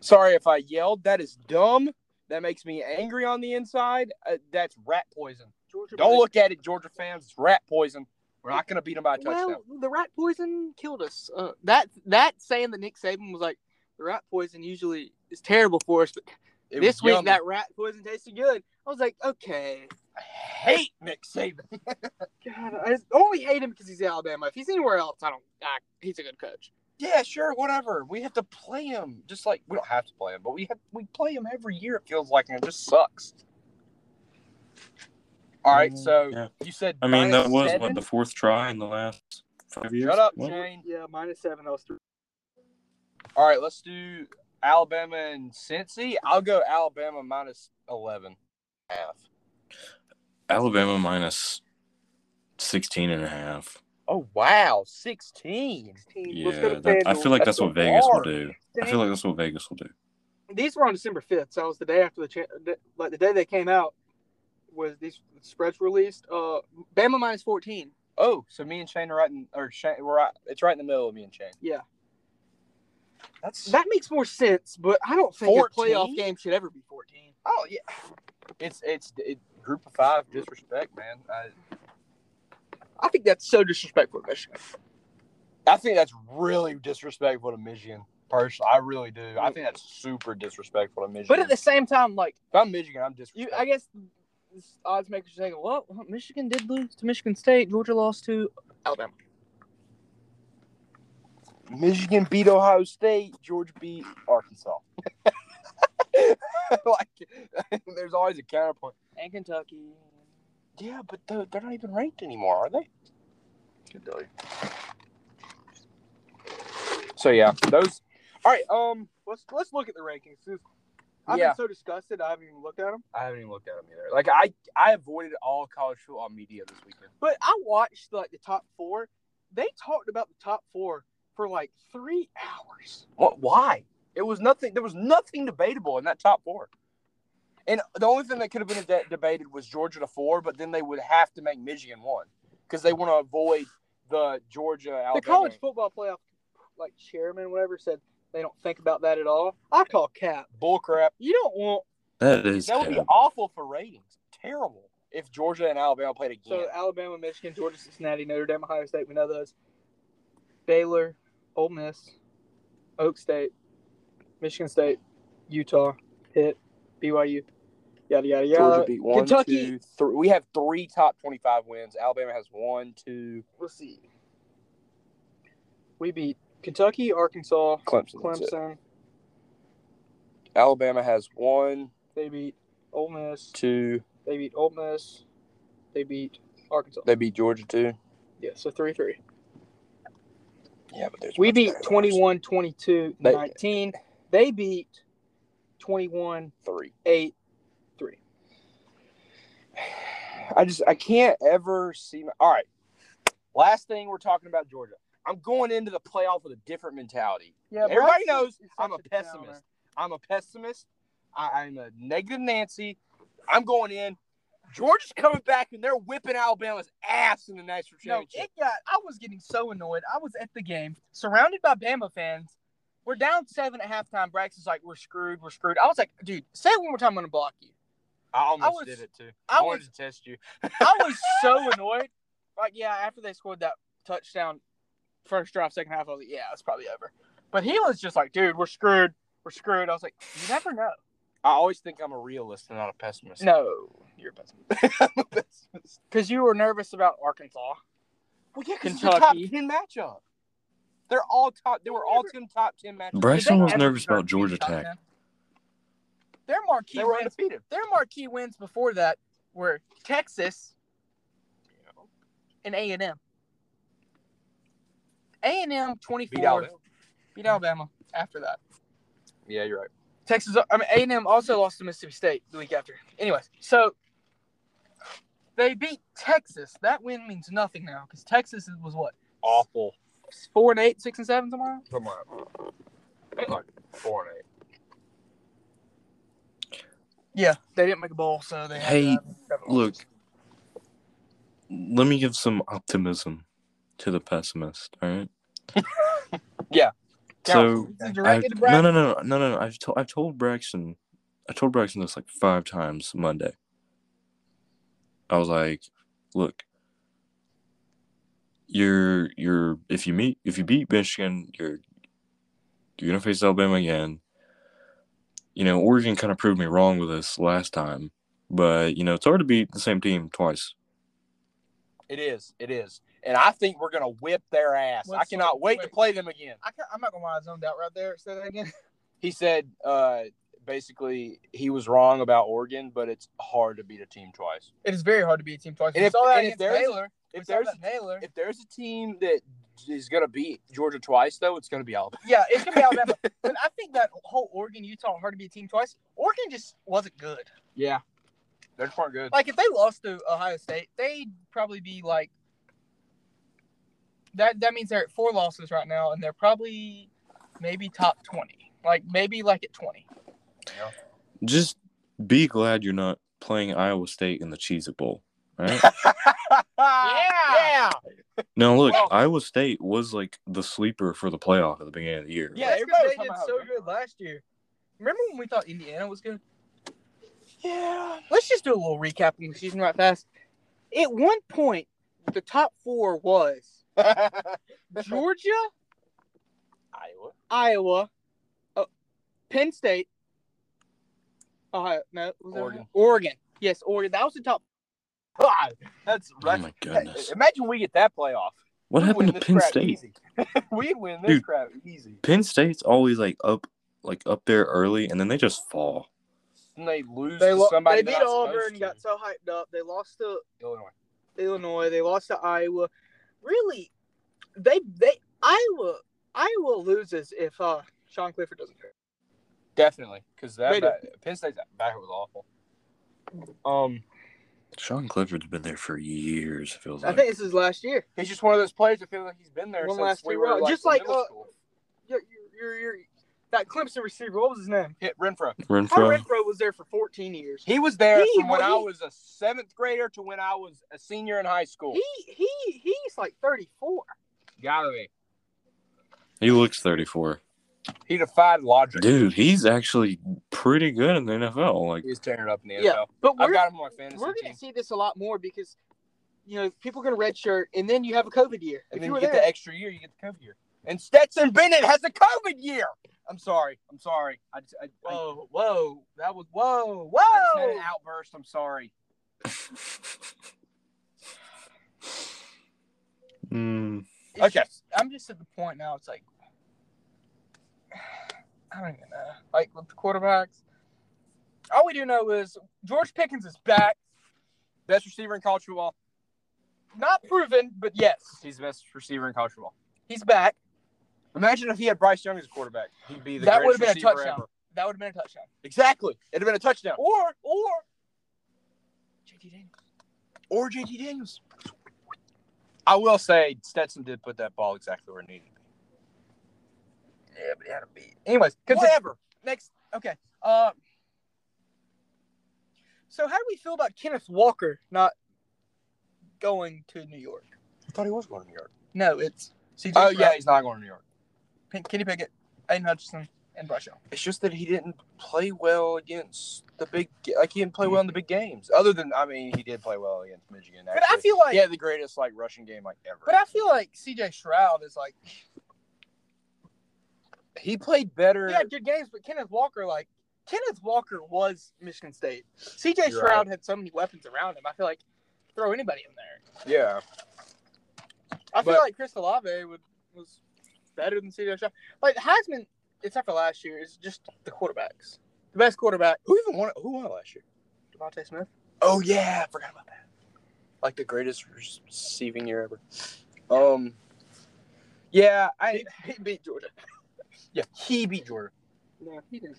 Sorry if I yelled. That is dumb. That makes me angry on the inside. Uh, that's rat poison. Georgia Don't minus- look at it, Georgia fans. It's rat poison. We're not going to beat them by a touchdown. Well, the rat poison killed us. Uh, that that saying that Nick Saban was like, the rat poison usually is terrible for us, but It was this week yummy. that rat poison tasted good. I was like, okay, I hate Nick Saban. God, I just only hate him because he's Alabama. If he's anywhere else, I don't. I, he's a good coach. Yeah, sure, whatever. We have to play him. Just like we don't have to play him, but we have we play him every year. It feels like, and it just sucks. All right, so Mm, Yeah. you said. I mean, that minus was seven? what the fourth try in the last five years. Shut up, What? Shane. Yeah, minus seven. That was three. All right, let's do Alabama and Cincy. I'll go Alabama minus eleven and a half. Alabama minus 16 and a half. Oh wow, sixteen. Let's go Yeah, to that, I FanDuel. feel like That's that's, a what Vegas will bar. do. I feel like that's what Vegas will do. these were on December fifth, so it was the day after the cha- the- like the day they came out was these spreads released. Uh, Bama minus fourteen. Oh, so me and Shane are right in, or Shane, we're right, it's right in the middle of me and Shane. Yeah, That's that makes more sense, but I don't think a 14? playoff game should ever be fourteen. oh yeah. It's it's it, group of five disrespect, man. I, I think that's so disrespectful to Michigan. I think that's really disrespectful to Michigan. Personally, I really do. I think that's super disrespectful to Michigan. But at the same time, like if I'm Michigan, I'm you, disrespectful. I guess this odds makers are saying, well, Michigan did lose to Michigan State. Georgia lost to Alabama. Michigan beat Ohio State. Georgia beat Arkansas. like, there's always a counterpoint. and Kentucky. Yeah, but they're, they're not even ranked anymore, are they? So yeah, those. All right, um, Let's let's look at the rankings. I've Yeah. been so disgusted. I haven't even looked at them. I haven't even looked at them either. Like I, I avoided all college football media this weekend. But I watched like the top four. They talked about the top four for like three hours. What? Why? It was nothing. There was nothing debatable in that top four. And the only thing that could have been de- debated was Georgia to four, but then they would have to make Michigan one because they want to avoid the Georgia Alabama. The college football playoff, like chairman, whatever, said they don't think about that at all. I call cap. bullcrap. You don't want That is That would be cap. awful for ratings. Terrible if Georgia and Alabama played again. so Alabama, Michigan, Georgia, Cincinnati, Notre Dame, Ohio State. We know those. Baylor, Ole Miss, Oak State, Michigan State, Utah, Pitt, BYU. Yada yada yada. Georgia beat one, Kentucky. two, three. We have three top twenty-five wins. Alabama has one, two. Let's see. We beat Kentucky, Arkansas, Clemson. that's it. Clemson. Alabama has one, They beat Ole Miss. two. They beat Ole Miss. They beat Arkansas. They beat Georgia two. Yeah, so 3 3. Yeah, but there's We much beat better 21 22 They- 19. They beat 21 three. 8. I just I can't ever see. My, all right, last thing we're talking about Georgia. I'm going into the playoff with a different mentality. Yeah, Everybody knows I'm a pessimist. I'm a pessimist. I, I'm a negative Nancy. I'm going in. Georgia's coming back and they're whipping Alabama's ass in the national No, championship. it got. I was getting so annoyed. I was at the game, surrounded by Bama fans. We're down seven at halftime. Braxton's like, "We're screwed. We're screwed." I was like, "Dude, say it one more time. I'm gonna block you." I almost I was- did it too. I, I wanted was, to test you. I was so annoyed. Like, yeah, after they scored that touchdown, first drive, second half, I was like, "Yeah, it's probably over." But he was just like, "Dude, we're screwed. We're screwed." I was like, "You never know." I always think I'm a realist and not a pessimist. No, you're a pessimist I'm a pessimist. because you were nervous about Arkansas. Well, yeah, 'cause it's a top Kentucky. ten matchup. They're all top. They were all ten top ten matchups. Bryson Did they was ever nervous start about Georgia beating top Tech. 10? Their marquee They were wins undefeated. their marquee wins before that were Texas and A and M. A and M twenty Beat four Alabama. beat Alabama after that. Yeah, you're right. Texas, I mean A and M also lost to Mississippi State the week after. Anyways, so they beat Texas. That win means nothing now because Texas was what Awful. four and eight, six and seven tomorrow. Come on. Like four and eight. Yeah, they didn't make a bowl, so they. had Hey, to have seven Look, losses. let me give some optimism to the pessimist. All right. Yeah. So This is I, directed to no, Brad. no, no, no, no, no. I've told I've told Braxton, I told Braxton this like five times Monday. I was like, look, you're you're if you meet if you beat Michigan, you're you're gonna face Alabama again. You know, Oregon kind of proved me wrong with this last time, but you know it's hard to beat the same team twice. It is. It is. And I think we're gonna whip their ass. I What's- cannot wait, to wait. play them again. I can't, I'm not gonna lie, I zoned out right there. Say that again. He said uh, basically he was wrong about Oregon, but it's hard to beat a team twice. It is very hard to beat a team twice. And we if- saw that and if against there is- Baylor. If we saw there's that Baylor. if there's a team that is gonna beat Georgia twice, though, it's gonna be Alabama. yeah, it's gonna be Alabama. but I think that whole Oregon Utah hard to beat team twice. Oregon just wasn't good. Yeah. They're just weren't good. Like if they lost to Ohio State, they'd probably be like that. That means they're at four losses right now, and they're probably maybe top twenty. Like maybe like at twenty. Just be glad you're not playing Iowa State in the Cheez It Bowl. all Right? yeah. now look, Well- Iowa State was like the sleeper for the playoff at the beginning of the year. Yeah, That's 'cause everybody they did somehow so got good last year. Remember when we thought Indiana was good? Yeah. Let's just do a little recap on the season right fast. At one point, the top four was Georgia, Iowa. Iowa, uh, Penn State, Ohio, no, was that Oregon. right? Oregon. Yes, Oregon. That was the top. God, that's Oh right. my goodness. Imagine we get that playoff. What We'd happened win to this Penn crap State? Easy. We'd win this Dude. crap easy. Penn State's always like up like up there early and then they just fall. And they lose They, to lo- somebody. they they're beat not Auburn, supposed got to. so hyped up. They lost to Illinois. Illinois. They lost to Iowa. Really, they they Iowa Iowa loses if uh, Sean Clifford doesn't hurt. Definitely, because that They do. back, Penn State's back was awful. Um, Sean Clifford's been there for years, it feels I like. think this is last year. he's just one of those players. that feels like he's been there One since last we two were rounds. like, Just in like, middle uh, school. You're, you're, you're, you're, that Clemson receiver. What was his name? Hit Renfro. Hunter Renfro. Renfro was there for 14 years. He was there He- from when well, I he- was a seventh grader to when I was a senior in high school. He he he's like 34. Gotta be. He looks 34. He defied logic. Dude, he's actually pretty good in the NFL. Like He was tearing it up in the NFL. Yeah, But I've we're got him on my fantasy we're team. gonna see this a lot more because you know people are gonna redshirt and then you have a COVID year. And then if you you were get there, the extra year, you get the COVID year. And Stetson Bennett has a COVID year. I'm sorry. I'm sorry. I just, I, I, whoa whoa that was whoa I just had whoa. an outburst. I'm sorry. Hmm. It's Okay. just- I'm just at the point now. It's like I don't even know. Like with the quarterbacks, all we do know is George Pickens is back. Best receiver in college football. Not proven, but yes, He's the best receiver in college football. he's back. Imagine if he had Bryce Young as a quarterback. He'd be the That greatest would've been a receiver touchdown. ever. That would have been a touchdown. Exactly. It'd have been a touchdown. Or or JT Daniels. Or JT Daniels. I will say Stetson did put that ball exactly where it needed. Yeah, but he had a beat. Anyways, continue. Whatever. next. Okay. Um. So how do we feel about Kenneth Walker not going to New York? I thought he was going to New York. No, it's CJ. Oh yeah, Stroud, he's not going to New York. Pin- Kenny Pickett, Aiden Hutchinson, and Bryce Young. It's just that he didn't play well against the big. Like he didn't play well in the big games. Other than, I mean, he did play well against Michigan. But I actually. feel like. he had the greatest like rushing game like ever. But I feel like CJ Shroud is like he played better. yeah, good games, but Kenneth Walker like Kenneth Walker was Michigan State. CJ You're Shroud right. had so many weapons around him. I feel like throw anybody in there. Yeah. I feel But- like Chris Olave would, was better than CJ Stroud. Like Heisman, except for last year, is just the quarterbacks. The best quarterback, Who even won? it? Who won it last year? Devontae Smith. Oh yeah, I forgot about that. Like the greatest receiving year ever. Um. Yeah, I He, he beat Georgia. yeah he beat Jordan. No, he didn't.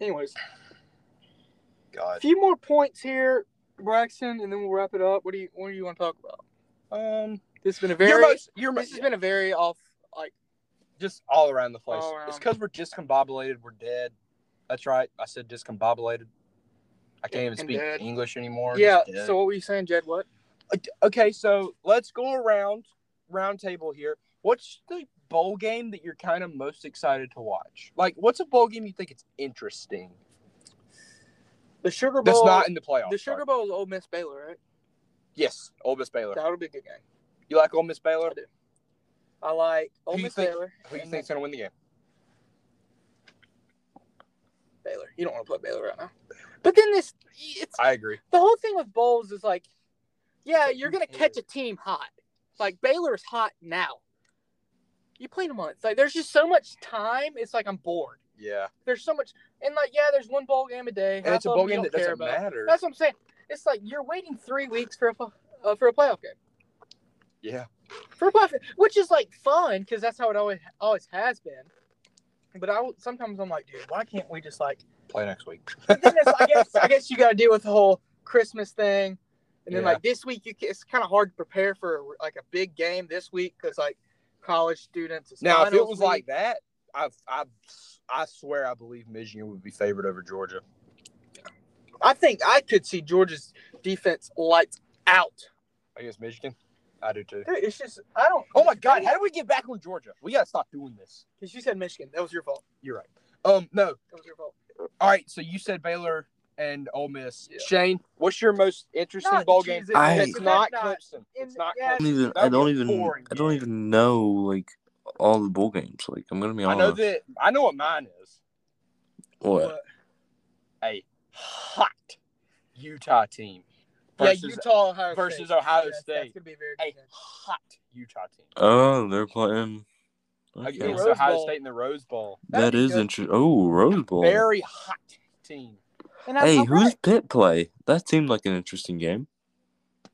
Anyways, a God. few more points here, Braxton, and then we'll wrap it up. What do you What do you want to talk about? Um. This has been a Your very most. Your This most. has been a very off like Just all around the place. All around. It's because we're discombobulated. We're dead. That's right. I said discombobulated. I can't even And speak dead. English anymore. yeah. Just dead. So what were you saying, Jed? What? uh, Okay, so let's go around round table here. What's the bowl game that you're kind of most excited to watch? Like, what's a bowl game you think it's interesting The Sugar that's Bowl. not in the playoffs? the Sugar sorry. Bowl is Ole Miss Baylor, right? yes, Ole Miss Baylor. That'll be a good game. You like Ole Miss Baylor? I do. I like Ole Who you Miss think- Baylor. Who do you and think's gonna win the game? Baylor. You don't want to play Baylor right now. But then this, it's I agree. the whole thing with bowls is like, yeah, like you're who gonna catch a team hot. Like Baylor is hot now. You played them once. Like there's just so much time. It's like I'm bored. Yeah, There's so much, and like yeah, there's one bowl game a day. and it's a Half bowl of them you game that don't care doesn't about. matter. That's what I'm saying. It's like you're waiting three weeks for a fu- uh, for a playoff game Yeah, for a playoff, which is like fun because that's how it always always has been. But I will- sometimes I'm like, dude, why can't we just like play next week. but then it's, I guess I guess you got to deal with the whole Christmas thing, and then Yeah. like this week, you ca- it's kind of hard to prepare for like a big game this week because like college students. It's Now, if it finals was week. like that, I, I, I swear I believe Michigan would be favored over Georgia. I think I could see Georgia's defense lights out. Against Michigan, I do too. Dude, it's just I don't. Oh my God, how do we get back on Georgia? We gotta stop doing this. Because you said Michigan, that was your fault. You're right. Um, no. That was your fault. All right, so you said Baylor and Ole Miss. Yeah. Shane, what's your most interesting Not bowl game? Jesus, I- It's that's not not- Clemson. in- It's not yeah. Clemson. don't even. I That'd be don't a even. boring I don't game. even know like all the bowl games. Like I'm gonna be I honest. know that. I know what mine is. what? A hot Utah team yeah, versus Utah, Ohio versus State. Ohio Yes, That's State. gonna be a very a good. game. hot Utah team Oh, they're playing. against Okay. Rose Ohio Bowl. State in the Rose Bowl. That That'd be is good. interesting. Oh, Rose Bowl. Very hot team. And I, Hey, I who's read Pitt play? That seemed like an interesting game.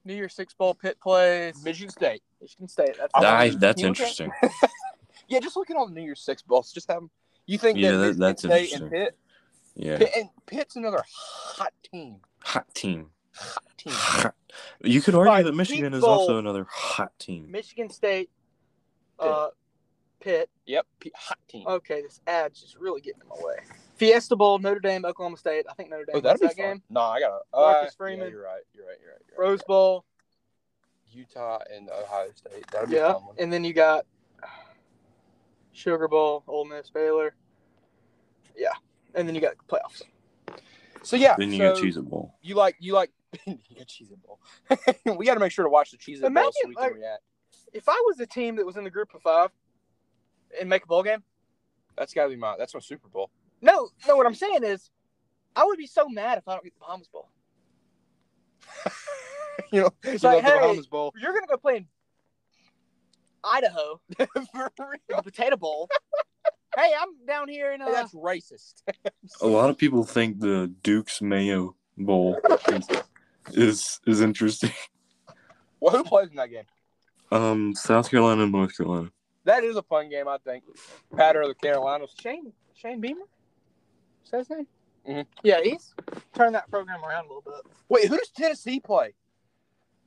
New Year's Six Bowl pit plays? Michigan State. Michigan State. That's I That- wanna- that's can you look at- interesting. Yeah, just look at all the New Year's Six bowls. Just have them. You think Yeah, that, that- Michigan that's State and interesting. Pitt, Yeah. Pitt and Pitt's another hot team. Hot team. Hot team. Hot. You could argue Alright, that Michigan is people- also another hot team. Michigan State, uh, Pitt. Yep, P- hot team. Okay, this ad's just really getting in my way. Fiesta Bowl, Notre Dame, Oklahoma State. I think Notre Dame oh, wins that'd be that fun. game. No, I gotta. Uh, Marcus yeah, Freeman. you're right. You're right. You're right. You're right. Rose Bowl, Utah and Ohio State. That'd be a yeah, fun one. and then you got Sugar Bowl, Ole Miss, Baylor. Yeah, and then you got playoffs. So yeah, Then you so got Cheez It Bowl. You like you like you got cheese and bowl. we got to make sure to watch the cheese and bowl so Imagine, we can like- react. If I was a team that was in the Group of Five and make a bowl game, That's gotta be my. That's my Super Bowl. no, no. What I'm saying is, I would be so mad if I don't get the Bahamas Bowl. you know, It's you like, love the hey, Bahamas Bowl. you're gonna go play in Idaho For real? in the Potato Bowl. hey, I'm down here in uh, Hey, that's racist. A lot of people think the Duke's Mayo Bowl is is, is interesting. well, who plays in that game? Um, South Carolina and North Carolina. That is a fun game, I think. Patter of the Carolinas. uh, Shane Shane Beamer. Is that his name? Mhm. Yeah, he's turned that program around a little bit. Wait, who does Tennessee play?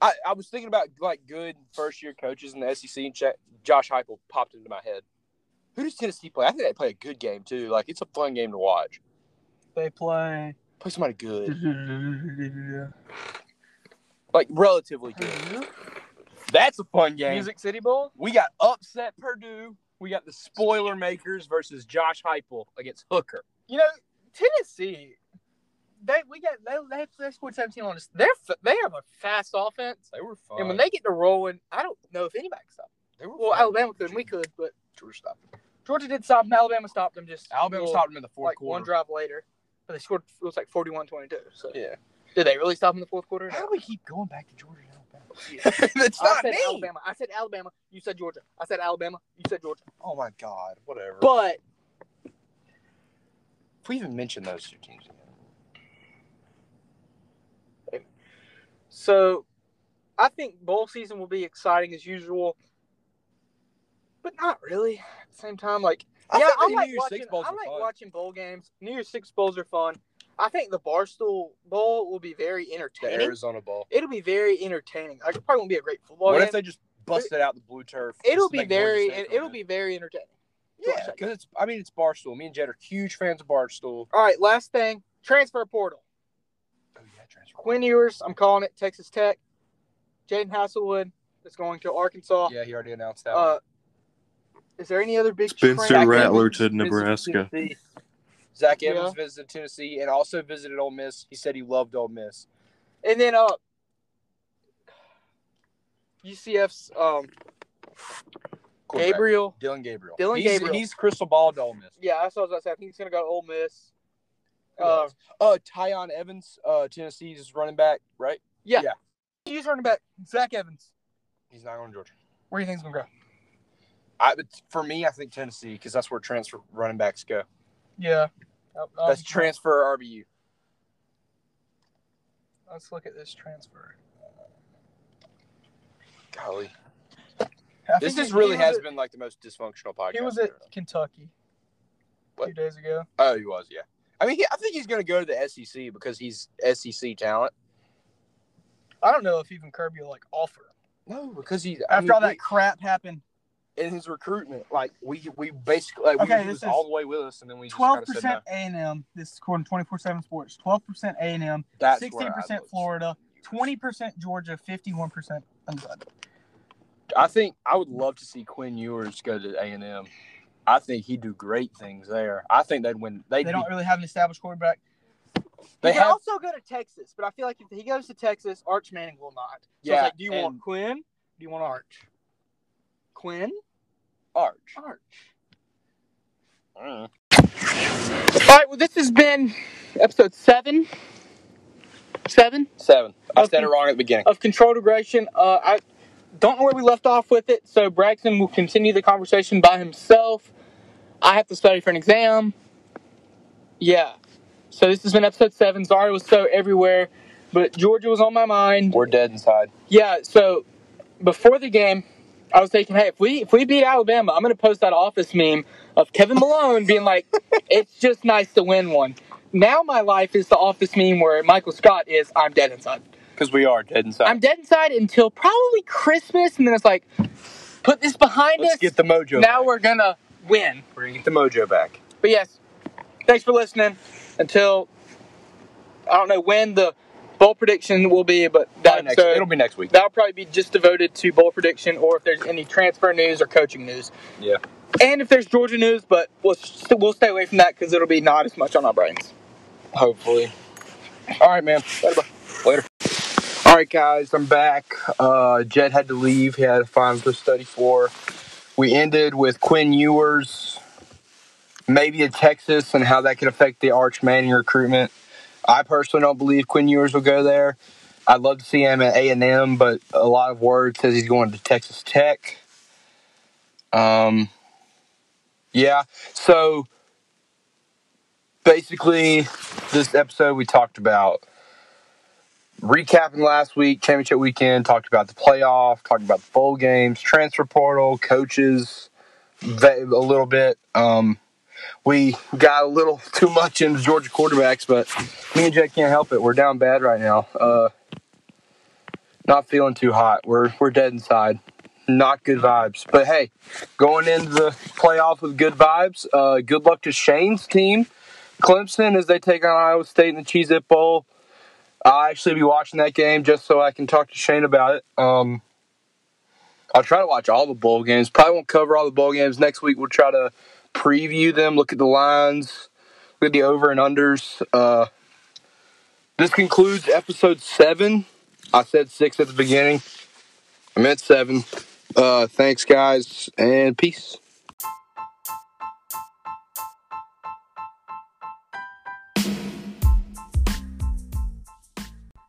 I, I was thinking about like good first year coaches in the SEC, and Ch- Josh Heupel popped into my head. Who does Tennessee play? I think they play a good game too. Like it's a fun game to watch. They play. Play somebody good, Mm-hmm. Music like relatively good. That's a fun game. City Bowl. We got upset Purdue. We got the spoiler makers versus Josh Heupel against Hooker. You know Tennessee. They we got they they, they scored 17 on us. They're f- they have a fast offense, They were fun. and when they get to rolling, I don't know if anybody can stop. them. they were Well, Alabama could, and we could, but Georgia stopped. them. Georgia did stop them. Alabama stopped them. Just Alabama little- stopped them in the fourth like quarter. one drive later, but they scored. It was like 41-22. So Yeah. did they really stop in the fourth quarter? How do we keep going back to Georgia and Alabama? Yeah. That's I not said me. Alabama. I said Alabama. You said Georgia. I said Alabama. You said Georgia. Oh my God. Whatever. But if we even mention those two teams again. so, I think bowl season will be exciting as usual, but not really. At the same time, like yeah, think the I New like Year's watching. Six bowls I are like fun. watching bowl games. New Year's Six bowls are fun. I think the Barstool Bowl will be very The entertaining. Arizona Bowl. It'll be very entertaining. Like, it probably won't be a great football what game. if they just busted out the blue turf? it'll just to be make Georgia very. State It, come it'll in? be very entertaining. Yeah, because it's. I mean, it's Barstool. Me and Jed are huge fans of Barstool. All right, last thing. Transfer portal. Oh yeah, transfer. Quinn Ewers, I'm calling it Texas Tech. Jaden Hasselwood is going to Arkansas. Yeah, he already announced that. Uh, is there any other big Spencer trend? Rattler to visited Nebraska. Tennessee. Zach Evans Yeah. visited Tennessee and also visited Ole uh, Miss. He said he loved Ole Miss. And then uh UCF's um, Quarterback, Gabriel. Dylan Gabriel. Dylan he's, Gabriel. He's crystal ball to Ole Miss. Yeah, that's what I was about to say. I think he's gonna go to Ole Miss. Who Uh, else? Uh, Tyon Evans, uh, Tennessee's running back, right? he's running back Zach Evans. He's not going to Georgia. Where do you think's gonna go? I, but for me, I think Tennessee because that's where transfer running backs go. Yeah, Oh, That's transfer RBU. Let's look at this transfer. Golly, I this think is he- really he was has at- been like the most dysfunctional podcast. He was I've at ever done. Kentucky What? two days ago. Oh, he was. Yeah. I mean, he, I think he's going to go to the SEC because he's SEC talent. I don't know if even Kirby will like offer him. No, because he's after all that crap happened. in his recruitment. Like we we basically like, Okay, we, he this was is all the way with us, and then we just Twelve kind of said no. percent A and M. This is according to twenty four seven Sports. Twelve percent A and M. That's where I Sixteen percent was. Florida. Twenty percent Georgia. Fifty one percent undecided. I think I would love to see Quinn Ewers go to A and M. I think he'd do great things there. I think they'd win. They'd They be- don't really have an established quarterback. they They have also go to Texas, but I feel like if he goes to Texas, Arch Manning will not. So yeah. Yeah, It's like, do you want and- Quinn? Do you want Arch? Quinn, Arch. Arch. Mm. All right. Well, this has been episode seven. Seven. Seven. I Okay. said it wrong at the beginning. of controlled aggression. Uh, I don't know where we left off with it, so Braxton will continue the conversation by himself. I have to study for an exam. Yeah. So this has been episode seven. Sorry it was so everywhere, but Georgia was on my mind. We're dead inside. Yeah. So before the game, I was thinking, hey, if we if we beat Alabama, I'm gonna post that office meme of Kevin Malone being like, "It's just nice to win one." Now my life is the office meme where Michael Scott is, "I'm dead inside." Because we are dead inside. I'm dead inside until probably Christmas, and then it's like, put this behind Let's us. get the mojo. now back. we're gonna win. we're gonna get the mojo back. But yes, thanks for listening. Until I don't know when the bowl prediction will be, but Probably that next- episode- it'll be next week. that'll probably be just devoted to bowl prediction, or if there's any transfer news or coaching news, Yeah. and if there's Georgia news. But we'll we'll stay away from that because it'll be not as much on our brains. Hopefully. All right, man. Later. bye. Later. All right, guys. I'm back. Uh, Jet had to leave. He had to find something to study for. We ended with Quinn Ewers, maybe in Texas, and how that could affect the Arch Manning recruitment. I personally don't believe Quinn Ewers will go there. I'd love to see him at A&M, but a lot of word says he's going to Texas Tech. Um, yeah. So basically, this episode we talked about recapping last week, championship weekend, talked about the playoff, talked about the bowl games, transfer portal, coaches, va- a little bit. Um, we got a little too much into Georgia quarterbacks, but me and Jake can't help it. We're down bad right now. Uh, not feeling too hot. We're we're dead inside. Not good vibes. But hey, going into the playoff with good vibes. Uh, good luck to Shane's team. Clemson as they take on Iowa State in the Cheez It Bowl. I'll actually be watching that game just so I can talk to Shane about it. Um, I'll try to watch all the bowl games. Probably won't cover all the bowl games. Next week we'll try to preview them, look at the lines, look at the over and unders. Uh, this concludes episode seven. I said six at the beginning. I meant seven. Uh, thanks, guys, and peace.